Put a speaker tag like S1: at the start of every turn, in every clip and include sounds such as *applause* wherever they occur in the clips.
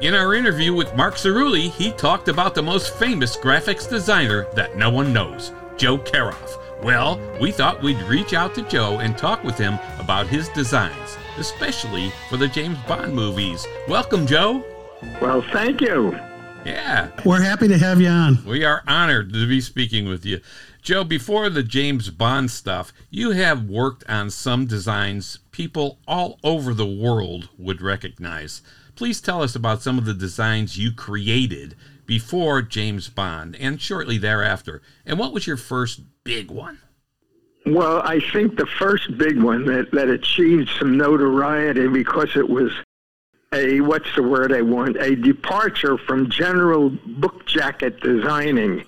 S1: In our interview with Mark Cerulli, he talked about the most famous graphics designer that no one knows, Joe Karoff. Well, we thought we'd reach out to Joe and talk with him about his designs, especially for the James Bond movies. Welcome, Joe.
S2: Well, thank you.
S1: Yeah,
S3: We're happy to have you on.
S1: we are honored to be speaking with you. Joe, before the James Bond stuff, you have worked on some designs people all over the world would recognize. Please tell us about some of the designs you created before James Bond and shortly thereafter. And what was your first big one?
S2: Well, I think the first big one that, that achieved some notoriety because it was a what's the word I want a departure from general book jacket designing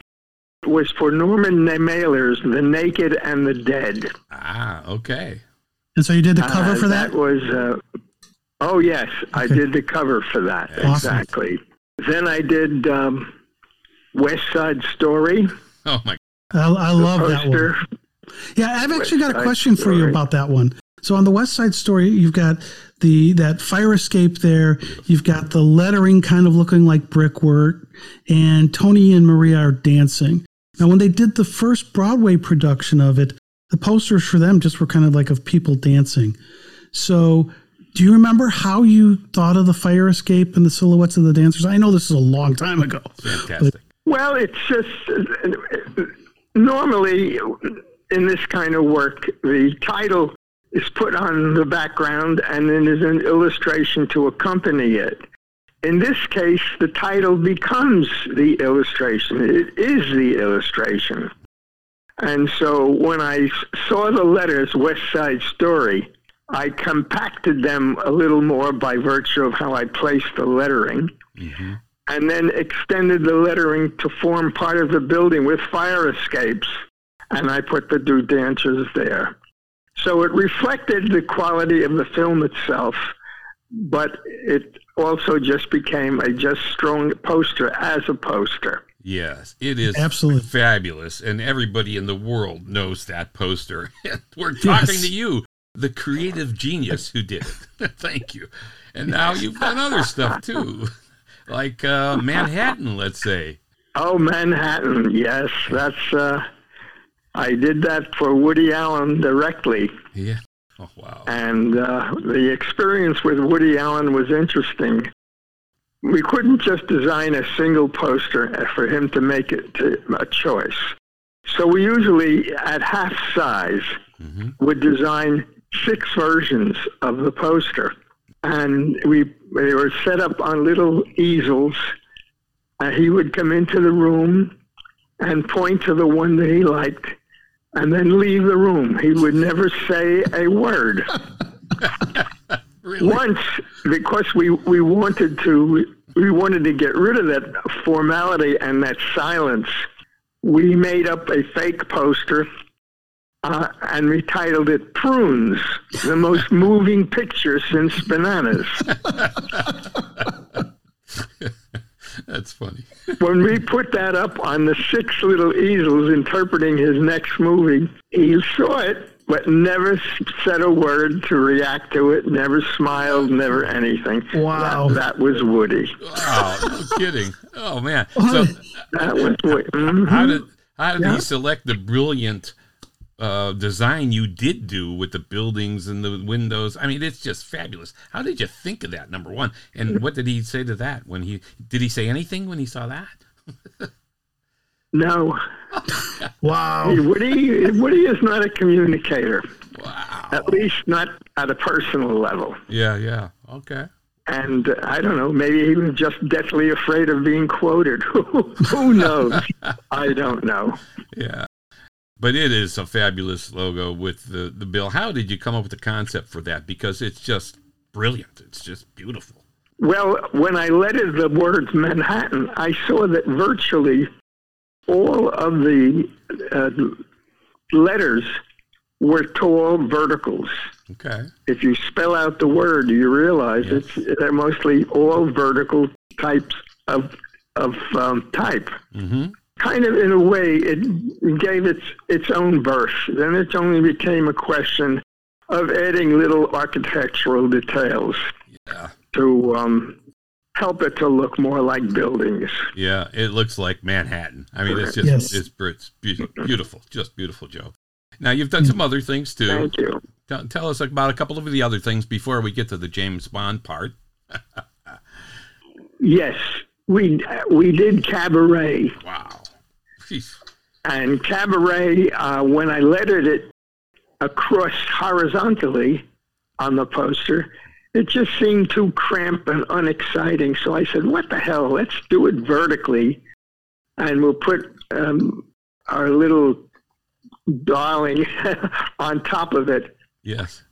S2: was for Norman Mailer's The Naked and the Dead.
S1: Ah, okay. *laughs*
S3: And so you did the cover
S2: Uh,
S3: for that?
S2: was uh, oh yes, I did the cover for that
S3: Awesome.
S2: exactly. Then I did um, West Side Story
S1: Oh my
S3: I, I love that
S2: poster.
S3: one. Yeah, I've actually got a
S2: Side
S3: question for you
S2: Story.
S3: about that one. So on the West Side Story, you've got the that fire escape there. You've got the lettering kind of looking like brickwork, and Tony and Maria are dancing. Now, when they did the first Broadway production of it, the posters for them just were kind of like of people dancing. So, do you remember how you thought of the fire escape and the silhouettes of the dancers? I know this is a long time ago.
S1: fantastic.
S2: Well, it's just normally in this kind of work, the title is put on the background and then is an illustration to accompany it. In this case, the title becomes the illustration. It is the illustration. And so when I s- saw the letters West Side Story, I compacted them a little more by virtue of how I placed the lettering
S1: hmm
S2: and then extended the lettering to form part of the building with fire escapes. And I put the two dancers there. So it reflected the quality of the film itself, but it also just became a just strong poster as a poster.
S1: Yes, it is
S3: Absolutely.
S1: fabulous, and everybody in the world knows that poster. *laughs* We're talking
S3: Yes.
S1: to you, the creative genius who did it. *laughs* Thank you. And now you've done other stuff too, *laughs* like uh, Manhattan, let's say.
S2: Oh, Manhattan. Yes, that's. Uh, I did that for Woody Allen directly.
S1: Yeah. Oh wow.
S2: and uh, the experience with Woody Allen was interesting. We couldn't just design a single poster for him to make it to a choice. So we usually, at half size,
S1: hmm
S2: would design six versions of the poster, and we they were set up on little easels. And he would come into the room and point to the one that he liked, and then leave the room. He would never say a word.
S1: Really?
S2: Once, because we, we wanted to we wanted to get rid of that formality and that silence, we made up a fake poster uh, and we titled it "Prunes: The Most Moving Picture Since Bananas."
S1: That's funny. *laughs*
S2: when we put that up on the six little easels interpreting his next movie, he saw it but never s- said a word to react to it, never smiled, never anything.
S3: Wow.
S2: That, that was Woody.
S1: Wow. No kidding. Oh man. So
S2: That was Woody. Mhm.
S1: how did how did
S2: Yeah.
S1: he select the brilliant uh, design you did do with the buildings and the windows? I mean, it's just fabulous. How did you think of that? Number one, and what did he say to that when he did he say anything when he saw that?
S2: No,
S3: Wow.
S2: Woody, Woody is not a communicator,
S1: Wow.
S2: at least not at a personal level.
S1: Yeah, yeah. Okay.
S2: And uh, I don't know, maybe he was just deathly afraid of being quoted. *laughs* Who knows? I don't know.
S1: Yeah. But it is a fabulous logo with the the bill. How did you come up with the concept for that? Because it's just brilliant. It's just beautiful.
S2: Well, when I lettered the words Manhattan, I saw that virtually all of the uh, letters were tall verticals.
S1: Okay.
S2: If you spell out the word, you realize
S1: Yes.
S2: it's they're mostly all vertical types of of um, type.
S1: Mm-hmm.
S2: Kind of in a way, it gave its its own birth. Then it only became a question of adding little architectural details
S1: Yeah.
S2: to um, help it to look more like buildings.
S1: Yeah, it looks like Manhattan. I mean, it's just
S3: Yes.
S1: it's, it's beautiful, beautiful, just beautiful, Joe. Now you've done
S3: Mm.
S1: some other things too.
S2: Thank you.
S1: Tell, tell us about a couple of the other things before we get to the James Bond part.
S2: Yes, we we did cabaret,
S1: Wow. Jeez.
S2: and cabaret uh, when I lettered it across horizontally on the poster, it just seemed too cramped and unexciting. So I said, "What the hell? Let's do it vertically, and we'll put um, our little darling *laughs* on top of it."
S1: Yes.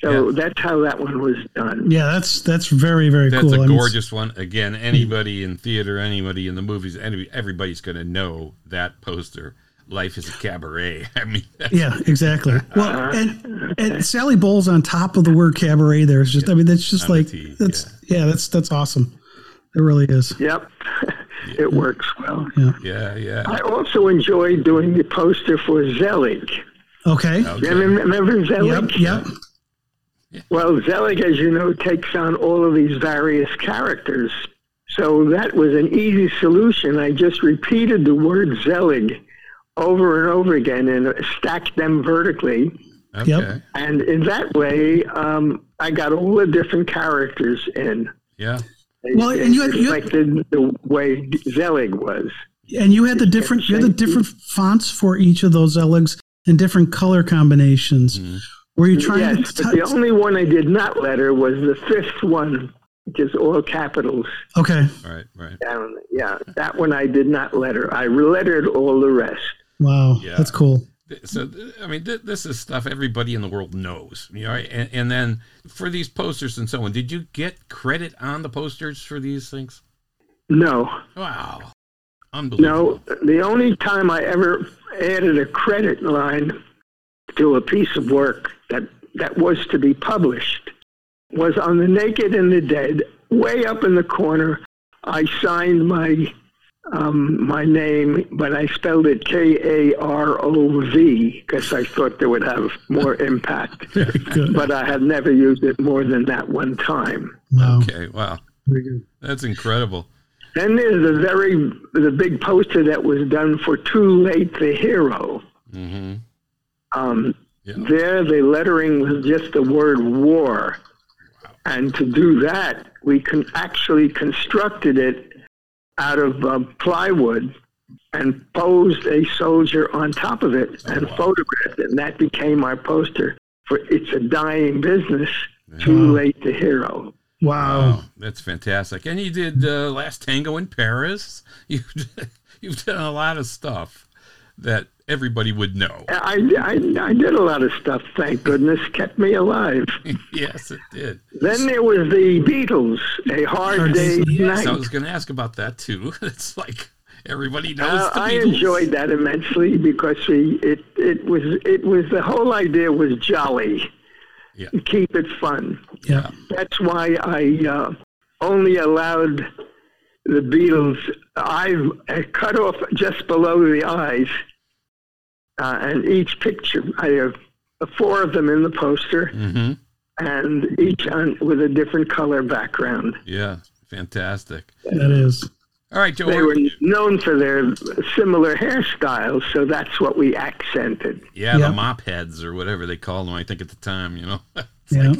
S2: So that's how that one was done.
S3: Yeah, that's that's very very
S1: That's
S3: cool. I
S1: a
S3: mean, it's-
S1: gorgeous one. Again, anybody in theater, anybody in the movies, anybody, everybody's going to know that poster. Life is a cabaret. *laughs* I mean,
S3: yeah, exactly. Well,
S2: Uh-huh.
S3: and, and Sally Bowles on top of the word cabaret there is just I mean that's just
S1: On the
S3: like
S1: tee,
S3: that's yeah. that's that's awesome. It really is.
S2: Yep, *laughs* it works well.
S1: yeah, yeah.
S2: I also enjoyed doing the poster for Zelig.
S3: Okay.
S1: Okay.
S2: You Remember
S3: Yep.
S2: Zelig?
S3: Yep.
S2: Well, Zelig, as you know, takes on all of these various characters. So that was an easy solution. I just repeated the word Zelig over and over again and stacked them vertically.
S1: Okay.
S3: Yep.
S2: And in that way, um, I got all the different characters in.
S1: Yeah.
S2: They-
S3: Well, and you
S2: they
S3: had- you had-
S2: reflected the way Zelig was.
S3: And you had the different you had the different fonts for each of those Zeligs and different color combinations. Were you trying
S2: Yes,
S3: to
S2: but the
S3: touch?
S2: only one I did not letter was the fifth one, which is all capitals
S3: Okay.
S1: All right. Right.
S2: down. Yeah, that one I did not letter. I lettered all the rest.
S3: Wow.
S1: Yeah.
S3: That's cool.
S1: Th- So, th- I mean, th- this is stuff everybody in the world knows. You know, right? and, and then for these posters and so on, did you get credit on the posters for these things?
S2: No,
S1: Wow.
S2: no.
S1: Unbelievable.
S2: The only time I ever added a credit line to a piece of work that that was to be published was on the Naked and the Dead. Way up in the corner, I signed my um, my name, but I spelled it K A R O V because I thought that would have more impact.
S3: *laughs* Very good.
S2: But I had never used it more than that one time.
S3: Wow.
S1: Okay. Wow.
S3: Very good.
S1: That's incredible.
S2: Then there's the very the big poster that was done for Too Late the Hero.
S1: hmm
S2: Um,
S1: Yeah.
S2: There, the lettering was just the word war, and to do that, we con- actually constructed it out of uh, plywood and posed a soldier on top of it and photographed it, and that became our poster for "It's a Dying Business." Too late to hero.
S3: Wow.
S1: Wow, that's fantastic. And you did uh, Last Tango in Paris. *laughs* You, you've done a lot of stuff that everybody would know. *laughs*
S2: I, I, I did a lot of stuff, thank goodness, kept me alive.
S1: yes, it did.
S2: Then there was the Beatles, A Hard Day's
S1: Yes, I
S2: Night.
S1: was going to ask about that too. *laughs* It's like everybody knows
S2: Uh,
S1: the
S2: I
S1: Beatles.
S2: enjoyed that immensely because we, it, it was it was the whole idea was jolly,
S1: Yeah.
S2: keep it fun.
S3: Yeah.
S2: That's why I uh, only allowed the Beatles. I I cut off just below the eyes, uh, and each picture I have four of them in the poster,
S1: hmm
S2: and each on, with a different color background.
S1: Yeah, fantastic.
S3: That is.
S1: All right, Joe.
S2: They
S1: we're-
S2: were known for their similar hairstyles, so that's what we accented.
S1: yeah,
S3: Yeah.
S1: the mop heads or whatever they called them, I think, at the time, you know. *laughs*
S3: Yeah.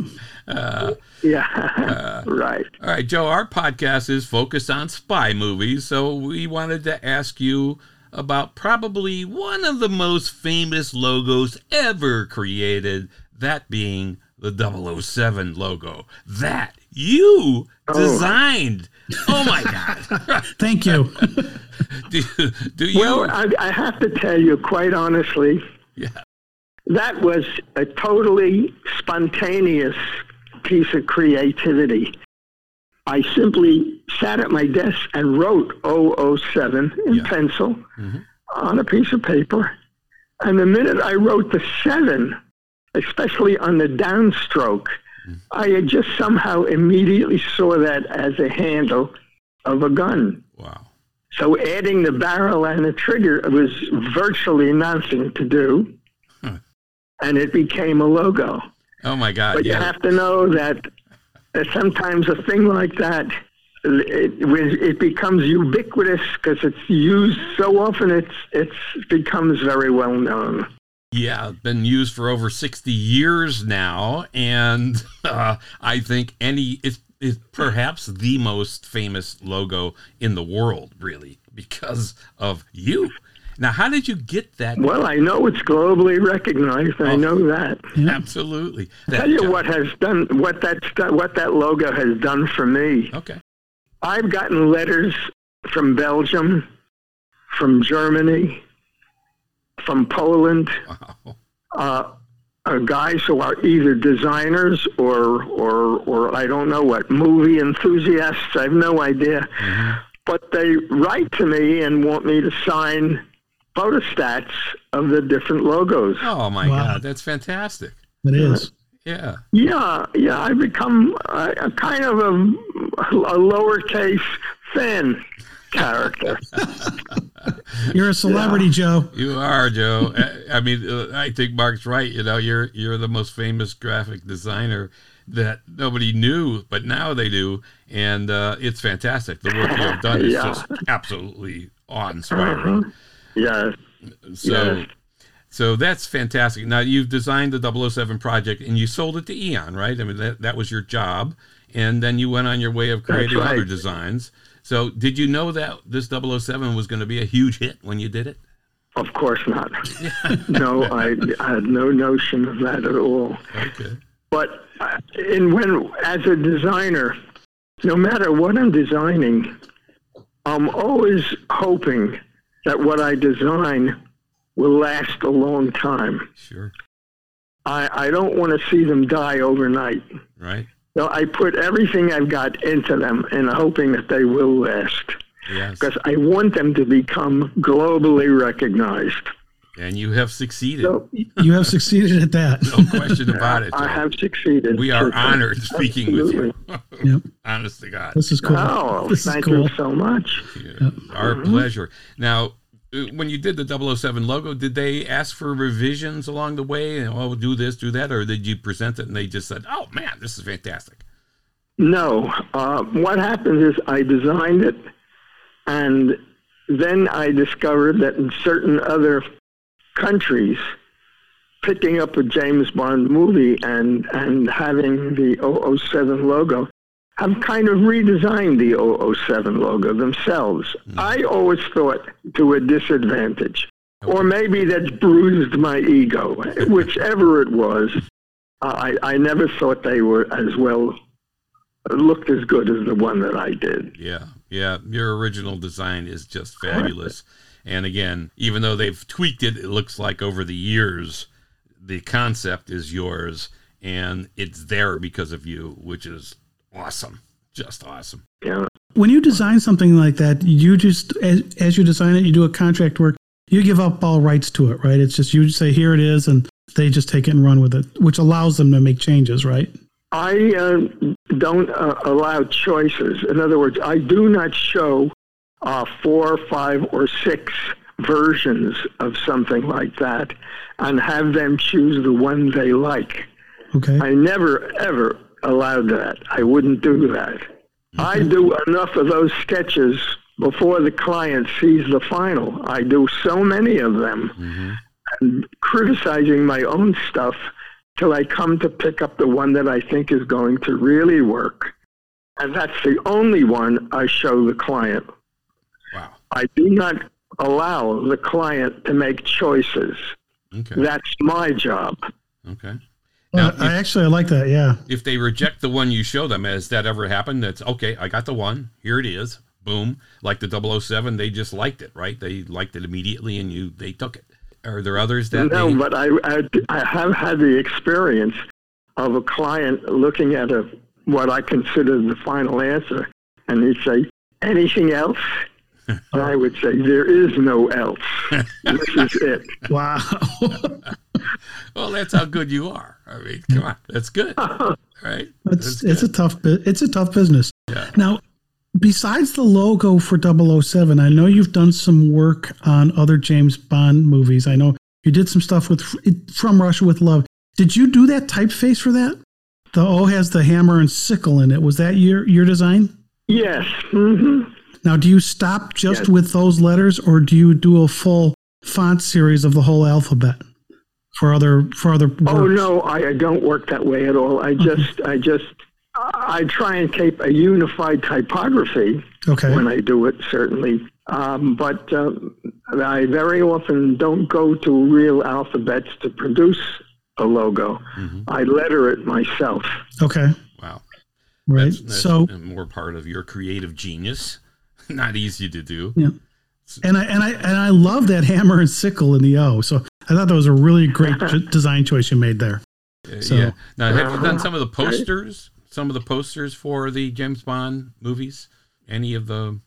S1: Uh,
S2: Yeah, *laughs* right.
S1: All right, Joe, our podcast is focused on spy movies, so we wanted to ask you about probably one of the most famous logos ever created, that being the 007 logo that you designed. Oh my god. *laughs*
S3: Thank you.
S1: do, do you
S2: Well, uh, I, I have to tell you, quite honestly,
S1: Yeah.
S2: that was a totally spontaneous piece of creativity. I simply sat at my desk and wrote 007 in
S1: Yeah.
S2: pencil
S1: Mhm.
S2: on a piece of paper. And the minute I wrote the seven, especially on the downstroke, I had just somehow immediately saw that as a handle of a gun.
S1: Wow.
S2: So adding the barrel and the trigger was virtually nothing to do.
S1: Huh.
S2: And it became a logo.
S1: Oh my god.
S2: But you
S1: yeah.
S2: have to know that that sometimes a thing like that it, it becomes ubiquitous because it's used so often. It's it's becomes very well known.
S1: Yeah, been used for over 60 years now, and *laughs* uh, I think any it's, it's perhaps the most famous logo in the world, really, because of you. Now, how did you get
S2: *laughs*
S1: that?
S2: Well, I know it's globally recognized. I
S1: Oh.
S2: know that.
S1: Absolutely. That
S2: Tell you
S1: job.
S2: what has done what that's done, what that logo has done for me.
S1: Okay.
S2: I've gotten letters from Belgium, from Germany, from Poland.
S1: Wow.
S2: uh, uh, guys who are either designers or, or, or I don't know what, movie enthusiasts. I have no idea. But they write to me and want me to sign photostats of the different logos.
S1: Oh, my
S3: Wow.
S1: God. That's fantastic.
S3: It is.
S1: Yeah.
S2: Yeah, yeah, I've become a, a kind of a, a lowercase fan character.
S3: You're a celebrity, Joe.
S1: You are Joe. *laughs* I, I mean, uh, I think Mark's right. You know, you're you're the most famous graphic designer that nobody knew, but now they do, and uh, it's fantastic. The work you've done is
S2: Yeah. Mm-hmm.
S1: just absolutely awe-inspiring.
S2: yeah,
S1: So,
S2: Yes.
S1: so that's fantastic. Now you've designed the 007 project, and you sold it to Eon, right? I mean, that that was your job, and then you went on your way of creating
S2: right.
S1: other designs. So, did you know that this 007 was going to be a huge hit when you did it?
S2: of course not. no, I, I had no notion of that at all.
S1: Okay.
S2: But uh, in when as a designer, no matter what I'm designing, I'm always hoping that what I design will last a long time.
S1: Sure.
S2: I, I don't want to see them die overnight.
S1: Right.
S2: So I put everything I've got into them and hoping that they will last
S1: Yes.
S2: because I want them to become globally recognized.
S1: And you have succeeded. No,
S2: So
S3: You have succeeded at that.
S1: question about it.
S2: *laughs* I
S1: Joe.
S2: have succeeded.
S1: we are honored *laughs* speaking with you.
S3: *laughs* Yep.
S1: Honest to God.
S3: This is cool.
S2: Oh,
S3: this is
S2: thank
S3: cool.
S2: you so much.
S1: Yeah. Our
S2: Mm-hmm.
S1: pleasure. Now, uh, when you did the 007 logo, did they ask for revisions along the way? And, oh, do this, do that? Or did you present it and they just said, oh, man, this is fantastic?
S2: No. Uh, what happened is I designed it, and then I discovered that in certain other countries, picking up a James Bond movie and, and having the 007 logo have kind of redesigned the 007 logo themselves. I always thought to a disadvantage. Or maybe that's bruised my ego, whichever it was. I, I never thought they were as well looked as good as the one that I did.
S1: Yeah. Yeah. Your original design is just fabulous. And again, even though they've tweaked it, it looks like over the years, the concept is yours and it's there because of you, which is awesome. Just awesome.
S2: Yeah.
S3: When you design something like that, you just as, as you design it, you do a contract work. You give up all rights to it, right? It's just you say here it is, and they just take it and run with it, which allows them to make changes, right?
S2: I uh, don't uh, allow choices. In other words, I do not show uh, four, five, or six versions of something like that and have them choose the one they like.
S3: Okay.
S2: I never, ever allowed that. I wouldn't do that. I do enough of those sketches before the client sees the final. I do so many of them. And criticizing my own stuff till I come to pick up the one that I think is going to really work. And that's the only one I show the client.
S1: Wow.
S2: I do not allow the client to make choices.
S1: Okay.
S2: That's my job.
S1: Okay.
S3: Well,
S1: Now,
S3: I actually I like that. Yeah.
S1: If they reject the one you show them, has that ever happened? That's okay. I got the one. Here it is. Boom. Like the 007, they just liked it, right? They liked it immediately, and you they took it. Are there others that?
S2: no,
S1: they-
S2: but I, I I have had the experience of a client looking at a what I consider the final answer, and he'd say, "Anything else?" and I would say, "There is no else. this is it."
S3: Wow.
S1: well, that's how good you are. I mean, come on, that's good, right?
S3: It's
S1: That's
S3: it's a tough bu- it's a tough business.
S1: Yeah.
S3: Now, besides the logo for 007, I know you've done some work on other James Bond movies. I know you did some stuff with From Russia with Love. Did you oh, do that typeface for that? The O has the hammer and sickle in it. Was that your your design?
S2: *laughs* Yes. Mm-hmm.
S3: Now, do you stop just
S2: Yes.
S3: with those letters, or do you do a full font series of the whole alphabet for other for other words?
S2: Oh no, I, I don't work that way at all.
S3: Mm-hmm.
S2: I just, I just, I I try and keep a unified typography
S3: Okay.
S2: when I do it, certainly. Um, but um, I very often don't go to real alphabets to produce a logo. I letter it myself.
S3: Okay.
S1: Wow.
S3: Right.
S1: That's, that's
S3: so
S1: more part of your creative genius. *laughs* Not easy to do.
S3: yeah. And I and I and I love that hammer and sickle in the O. So I thought that was a
S2: *laughs*
S3: really great j- design choice you made there.
S1: Uh,
S3: So-
S1: yeah. Now, have you done some of the posters? Some of the posters for the James Bond movies? Any of the?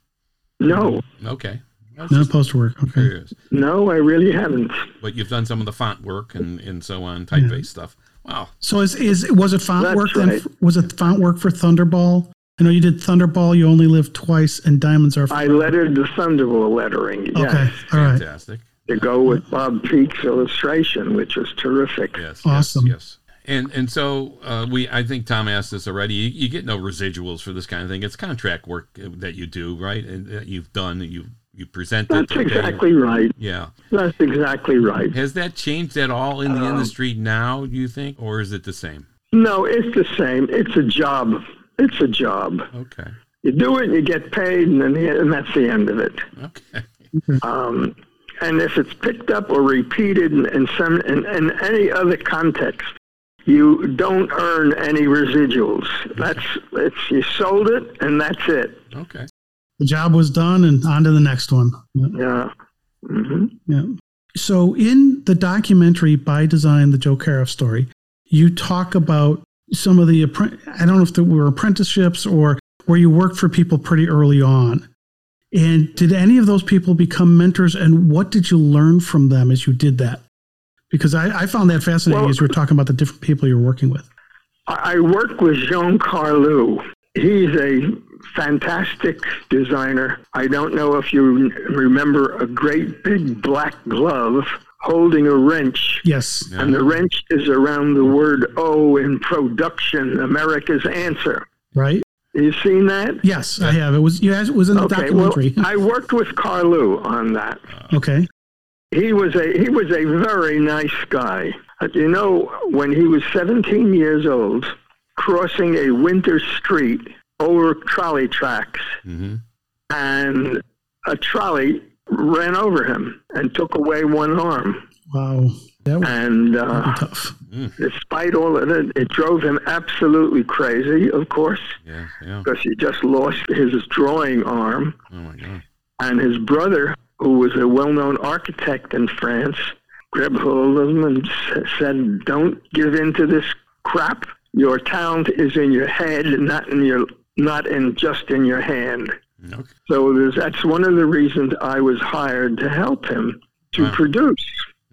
S2: No,
S1: Okay. I was
S3: No
S1: just
S3: poster work. Okay.
S1: curious.
S2: no, I really haven't.
S1: But you've done some of the font work and, and so on, typeface stuff. Wow.
S3: So is is was it font
S2: That's
S3: work then?
S2: right.
S3: Was it font work for Thunderball? I know you did Thunderball. You only live twice, and diamonds are.
S2: I lettered the Thunderball lettering. Yes.
S3: okay. All right.
S1: Fantastic.
S2: to go with Bob Peake's illustration, which was terrific.
S1: Yes.
S3: Awesome.
S1: Yes. yes. And and so uh, we, I think Tom asked this already. You, you get no residuals for this kind of thing. It's contract work uh, that you do, right? And that you've done. You you present it.
S2: That's
S1: okay.
S2: exactly right.
S1: Yeah.
S2: That's exactly right.
S1: Has that changed at all in the
S2: Um,
S1: industry now? Do you think, or is it the same?
S2: No, it's the same. It's a job. It's a job.
S1: Okay.
S2: You do it, you get paid, and, then the, and that's the end of it.
S1: Okay.
S2: Um, and if it's picked up or repeated in, in some in, in any other context, you don't earn any residuals. That's it's you sold it, and that's it.
S1: Okay.
S3: The job was done, and on to the next one. Yeah.
S2: Yeah. hmm
S3: Yeah. So in the documentary by design, the Joe Karoff story, you talk about some of the appren- I don't know if there were apprenticeships or where you worked for people pretty early on. And did any of those people become mentors? And what did you learn from them as you did that? Because I, I found that fascinating
S2: Well-
S3: as we were talking about the different people you're working with.
S2: I I work with Jean Carlou. He's a fantastic designer. I don't know if you remember a great big black glove holding a wrench.
S3: Yes.
S1: Yeah.
S2: And the wrench is around the word O in production, America's answer.
S3: Right.
S2: You seen that?
S3: Yes, I have. It was you guys it was in the
S2: Okay, well,
S3: documentary. *laughs*
S2: I worked with Carlou on that.
S3: okay.
S2: He was a he was a very nice guy. Uh, You know, when he was 17 years old, crossing a winter street over trolley tracks,
S1: Mm-hmm.
S2: and a trolley ran over him and took away one arm.
S3: Wow. That was
S2: And uh,
S3: tough.
S2: despite all of it, it drove him absolutely crazy. Of course,
S1: Yeah. Yeah.
S2: because he just lost his drawing arm.
S1: Oh my God.
S2: and his brother, who was a well-known architect in France, grabbed hold of him and s- said, "Don't give in to this crap. Your talent is in your head, not in your not in just in your hand."
S1: Mm-hmm. Okay.
S2: So there's, that's one of the reasons I was hired to help him to
S1: Wow.
S2: produce.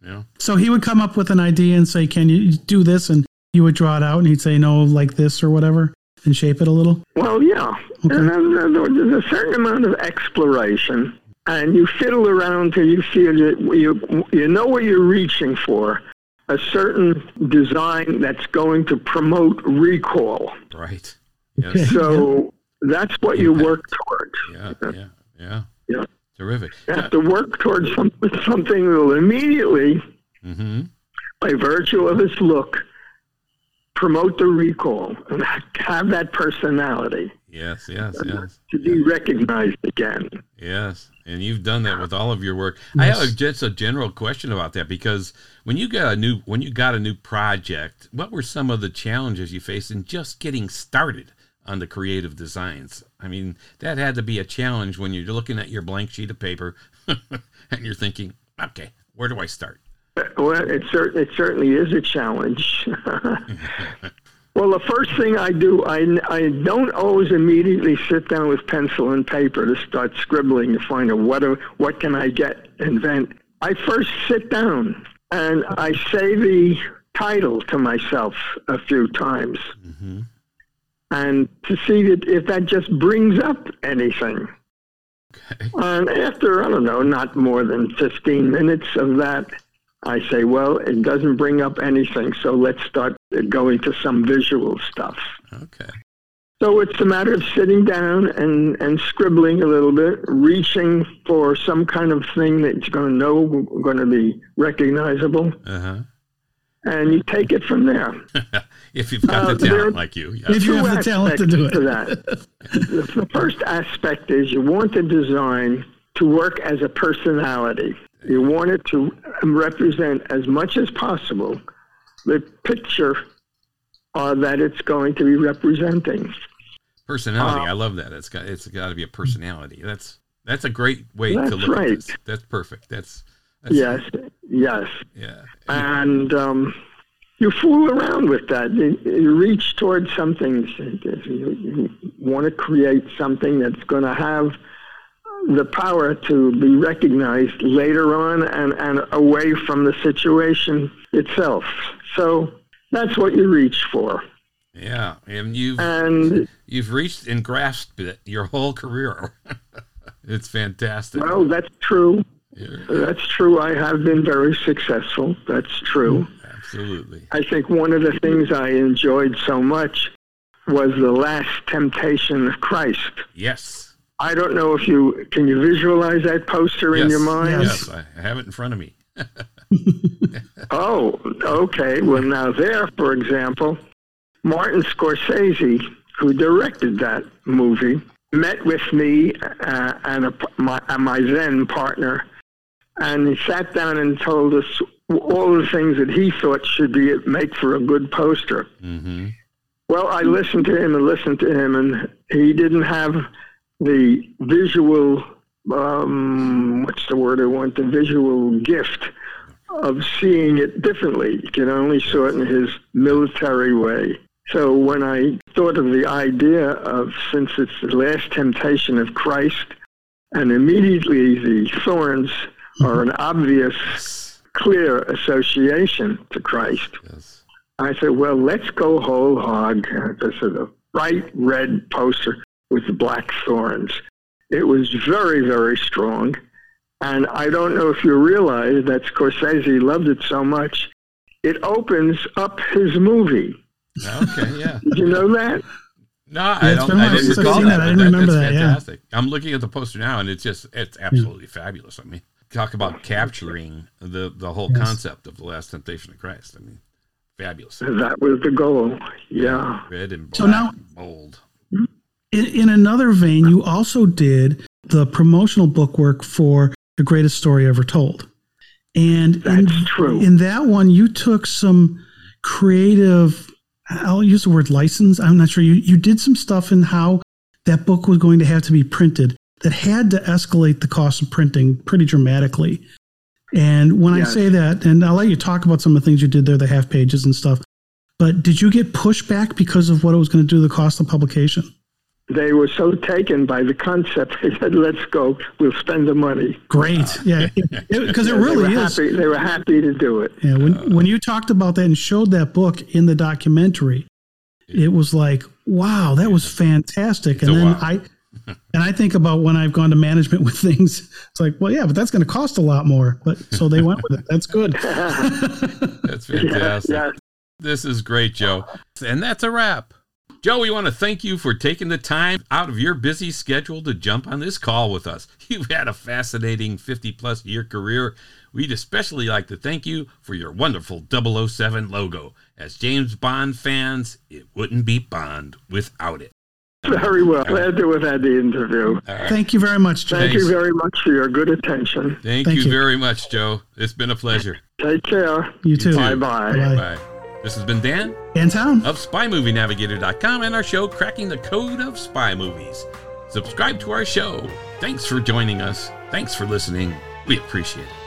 S1: Yeah.
S3: So he would come up with an idea and say, "Can you do this?" And you would draw it out, and he'd say, "No, like this or whatever," and shape it a little.
S2: Well, yeah, and then there- there's a certain amount of exploration, and you fiddle around till you feel that you you know what you're reaching for. A certain design that's going to promote recall.
S1: Right. Yes.
S3: Okay.
S2: So that's what you work toward.
S1: Yeah. Yeah. Yeah.
S2: Yeah.
S1: Terrific.
S2: You have to work towards some, something that will immediately,
S1: Mm-hmm.
S2: by virtue of its look, promote the recall and have that personality
S1: Yes. Yes. Yes.
S2: to be recognized again.
S1: Yes, and you've done that with all of your work. I have a, just a general question about that because when you got a new when you got a new project, what were some of the challenges you faced in just getting started on the creative designs? I mean, that had to be a challenge when you're looking at your blank sheet of paper *laughs* and you're thinking, "Okay, where do I start?"
S2: Well, it, cer- it certainly is a challenge. *laughs* well, the first thing I do, I, I don't always immediately sit down with pencil and paper to start scribbling to find out what, do- what can I get, invent. I first sit down and I say the title to myself a few times
S1: Mm-hmm.
S2: and to see that if that just brings up anything.
S1: Okay.
S2: And after, I don't know, not more than 15 minutes of that, I say, well, it doesn't bring up anything, so let's start going to some visual stuff.
S1: Okay.
S2: So it's a matter of sitting down and, and scribbling a little bit, reaching for some kind of thing that's going to know going to be recognizable,
S1: Uh-huh. *laughs*
S2: and you take it from there.
S1: If you've got
S2: Uh,
S1: the talent
S2: there-
S1: like you, yeah.
S3: If you have the talent to
S2: aspects
S3: do it.
S2: to that. the the first aspect is you want the design to work as a personality. You want it to represent as much as possible the picture uh, that it's going to be representing.
S1: personality.
S2: Uh,
S1: I love that. It's got it's got to be a personality. That's that's a great way
S2: That's
S1: to look
S2: right.
S1: at this. That's perfect. That's, that's
S2: Yes, yes.
S1: yeah.
S2: and um, you fool around with that. You, you reach towards something. You, you want to create something that's going to have the power to be recognized later on and, and away from the situation itself. So that's what you reach for.
S1: Yeah, and you've
S2: Uh, And
S1: you've reached and grasped it your whole career. *laughs* it's fantastic.
S2: well, that's true.
S1: Yeah,
S2: That's true. I have been very successful. That's true.
S1: absolutely.
S2: I think one of the things I enjoyed so much was the last temptation of Christ.
S1: Yes.
S2: I don't know if you can you visualize that poster in
S1: yes.
S2: your mind.
S1: Yes, I I have it in front of me.
S2: Oh, okay. Well, now there, for example, Martin Scorsese, who directed that movie, met with me uh, and a, my, and my then partner, and he sat down and told us all the things that he thought should be make for a good poster.
S1: hmm
S2: Well, I listened to him and listened to him, and he didn't have the visual. Um, what's the word I want? The visual gift of seeing it differently. He can only saw it in his military way. So when I thought of the idea of since it's the last temptation of Christ, and immediately the thorns are an obvious,
S1: Yes.
S2: clear association to Christ.
S1: Yes.
S2: I said, well, let's go whole hog. This is a bright red poster with black thorns. It was very, very strong. And I don't know if you realize that Scorsese loved it so much. It opens up his movie.
S1: Okay. Yeah.
S2: Did you know that?
S1: No, I
S3: it's
S1: don't.
S3: been a
S1: I
S3: while
S1: didn't
S3: since I've
S1: recall
S3: seen
S1: that.
S3: that. I
S1: but
S3: didn't
S1: that's
S3: remember that, yeah. Hmm.
S1: Fantastic. I'm looking at the poster now, and it's just it's absolutely fabulous. I mean, talk about capturing the the whole
S3: Yes.
S1: concept of the Last Temptation of Christ. I mean, fabulous.
S2: That was the goal. Yeah.
S1: Red and black,
S3: So now-
S1: bold.
S3: In, in another vein, you also did the promotional book work for The Greatest Story Ever Told. And in,
S2: That's true.
S3: in that one, you took some creative, I'll use the word license. I'm not sure. You, you did some stuff in how that book was going to have to be printed that had to escalate the cost of printing pretty dramatically. And when I
S2: Yes.
S3: say that, and I'll let you talk about some of the things you did there, the half pages and stuff, but did you get pushback because of what it was going to do to the cost of publication?
S2: They were so taken by the concept. *laughs* They said, let's go. We'll spend the money.
S3: Great.
S2: *laughs*
S3: Yeah. Because it
S2: Uh, they, were
S3: really is.
S2: happy, they were happy to do it.
S3: Yeah, when, when you talked about that and showed that book in the documentary, it was like, wow, that was fantastic. And
S1: It's a
S3: then
S1: wow.
S2: *laughs*
S3: I, and I think about when I've gone to management *laughs* with things, it's like, well, yeah, but that's going to cost a lot more. But so they went with it.
S2: *laughs*
S3: That's good. *laughs*
S1: That's fantastic.
S2: Yeah.
S1: This is great, Joe. And that's a wrap. Joe, we want to thank you for taking the time out of your busy schedule to jump on this call with us. *laughs* You've had a fascinating 50 plus year career. We'd especially like to thank you for your wonderful 007 logo. As James Bond fans, it wouldn't be Bond without it.
S2: Very well. Glad to have had the interview.
S3: Thank you very much, Jay.
S2: Thank
S1: Thanks.
S2: you very much for your good attention.
S1: Thank,
S3: Thank
S1: you,
S3: you.
S1: very much, Joe. It's been a pleasure.
S2: Take care.
S3: You too.
S1: too.
S2: Bye bye.
S3: Bye.
S1: Bye. This has been Dan.
S3: Dan Town.
S1: of SpyMovieNavigator.com and our show, Cracking the Code of Spy Movies. Subscribe to our show. Thanks for joining us. Thanks for listening. We appreciate it.